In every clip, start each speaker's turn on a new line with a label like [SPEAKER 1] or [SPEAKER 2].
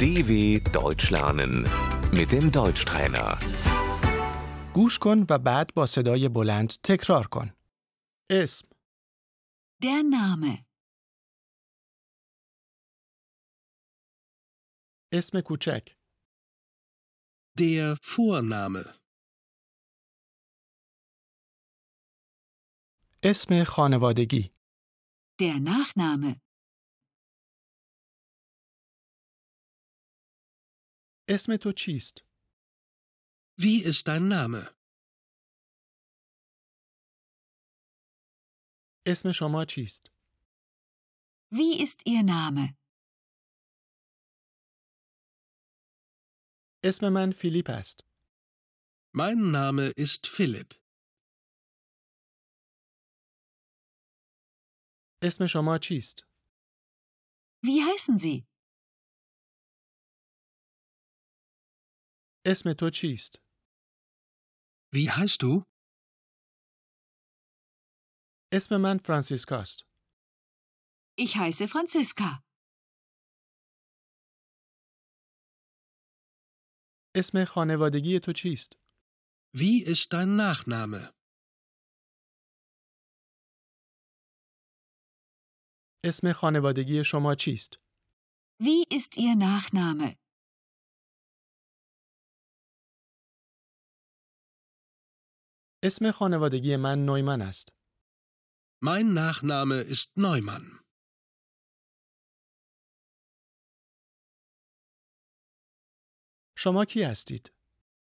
[SPEAKER 1] DW Deutsch lernen mit dem Deutschtrainer.
[SPEAKER 2] گوش کن و بعد با صدای بلند تکرار کن. اسم
[SPEAKER 3] Der Name.
[SPEAKER 2] اسم کوچک
[SPEAKER 4] Der Vorname.
[SPEAKER 2] اسم خانوادگی
[SPEAKER 3] Der Nachname.
[SPEAKER 2] اسم تو چیست؟
[SPEAKER 4] Wie ist dein Name?
[SPEAKER 2] اسم شما چیست؟
[SPEAKER 3] Wie ist Ihr Name?
[SPEAKER 2] اسم من فیلیپ است.
[SPEAKER 4] Mein Name ist Philipp.
[SPEAKER 2] اسم شما چیست؟
[SPEAKER 3] Wie heißen Sie?
[SPEAKER 2] اسم تو چیست؟
[SPEAKER 4] Wie heißt du?
[SPEAKER 2] اسم من فرانسیسکاست.
[SPEAKER 3] Ich heiße Franziska.
[SPEAKER 2] اسم خانوادگی تو چیست؟
[SPEAKER 4] Wie ist dein Nachname?
[SPEAKER 2] اسم خانوادگی شما چیست؟
[SPEAKER 3] Wie ist Ihr Nachname?
[SPEAKER 2] اسم خانوادگی من نویمن است.
[SPEAKER 4] Mein Nachname ist Neumann.
[SPEAKER 2] شما کی هستید؟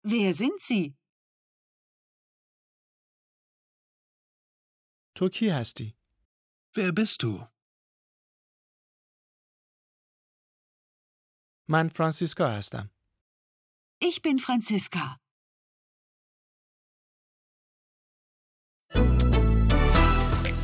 [SPEAKER 3] Wer sind Sie?
[SPEAKER 2] تو کی هستی؟
[SPEAKER 4] Wer bist du?
[SPEAKER 2] من فرانسیسکا هستم.
[SPEAKER 3] Ich bin Franziska.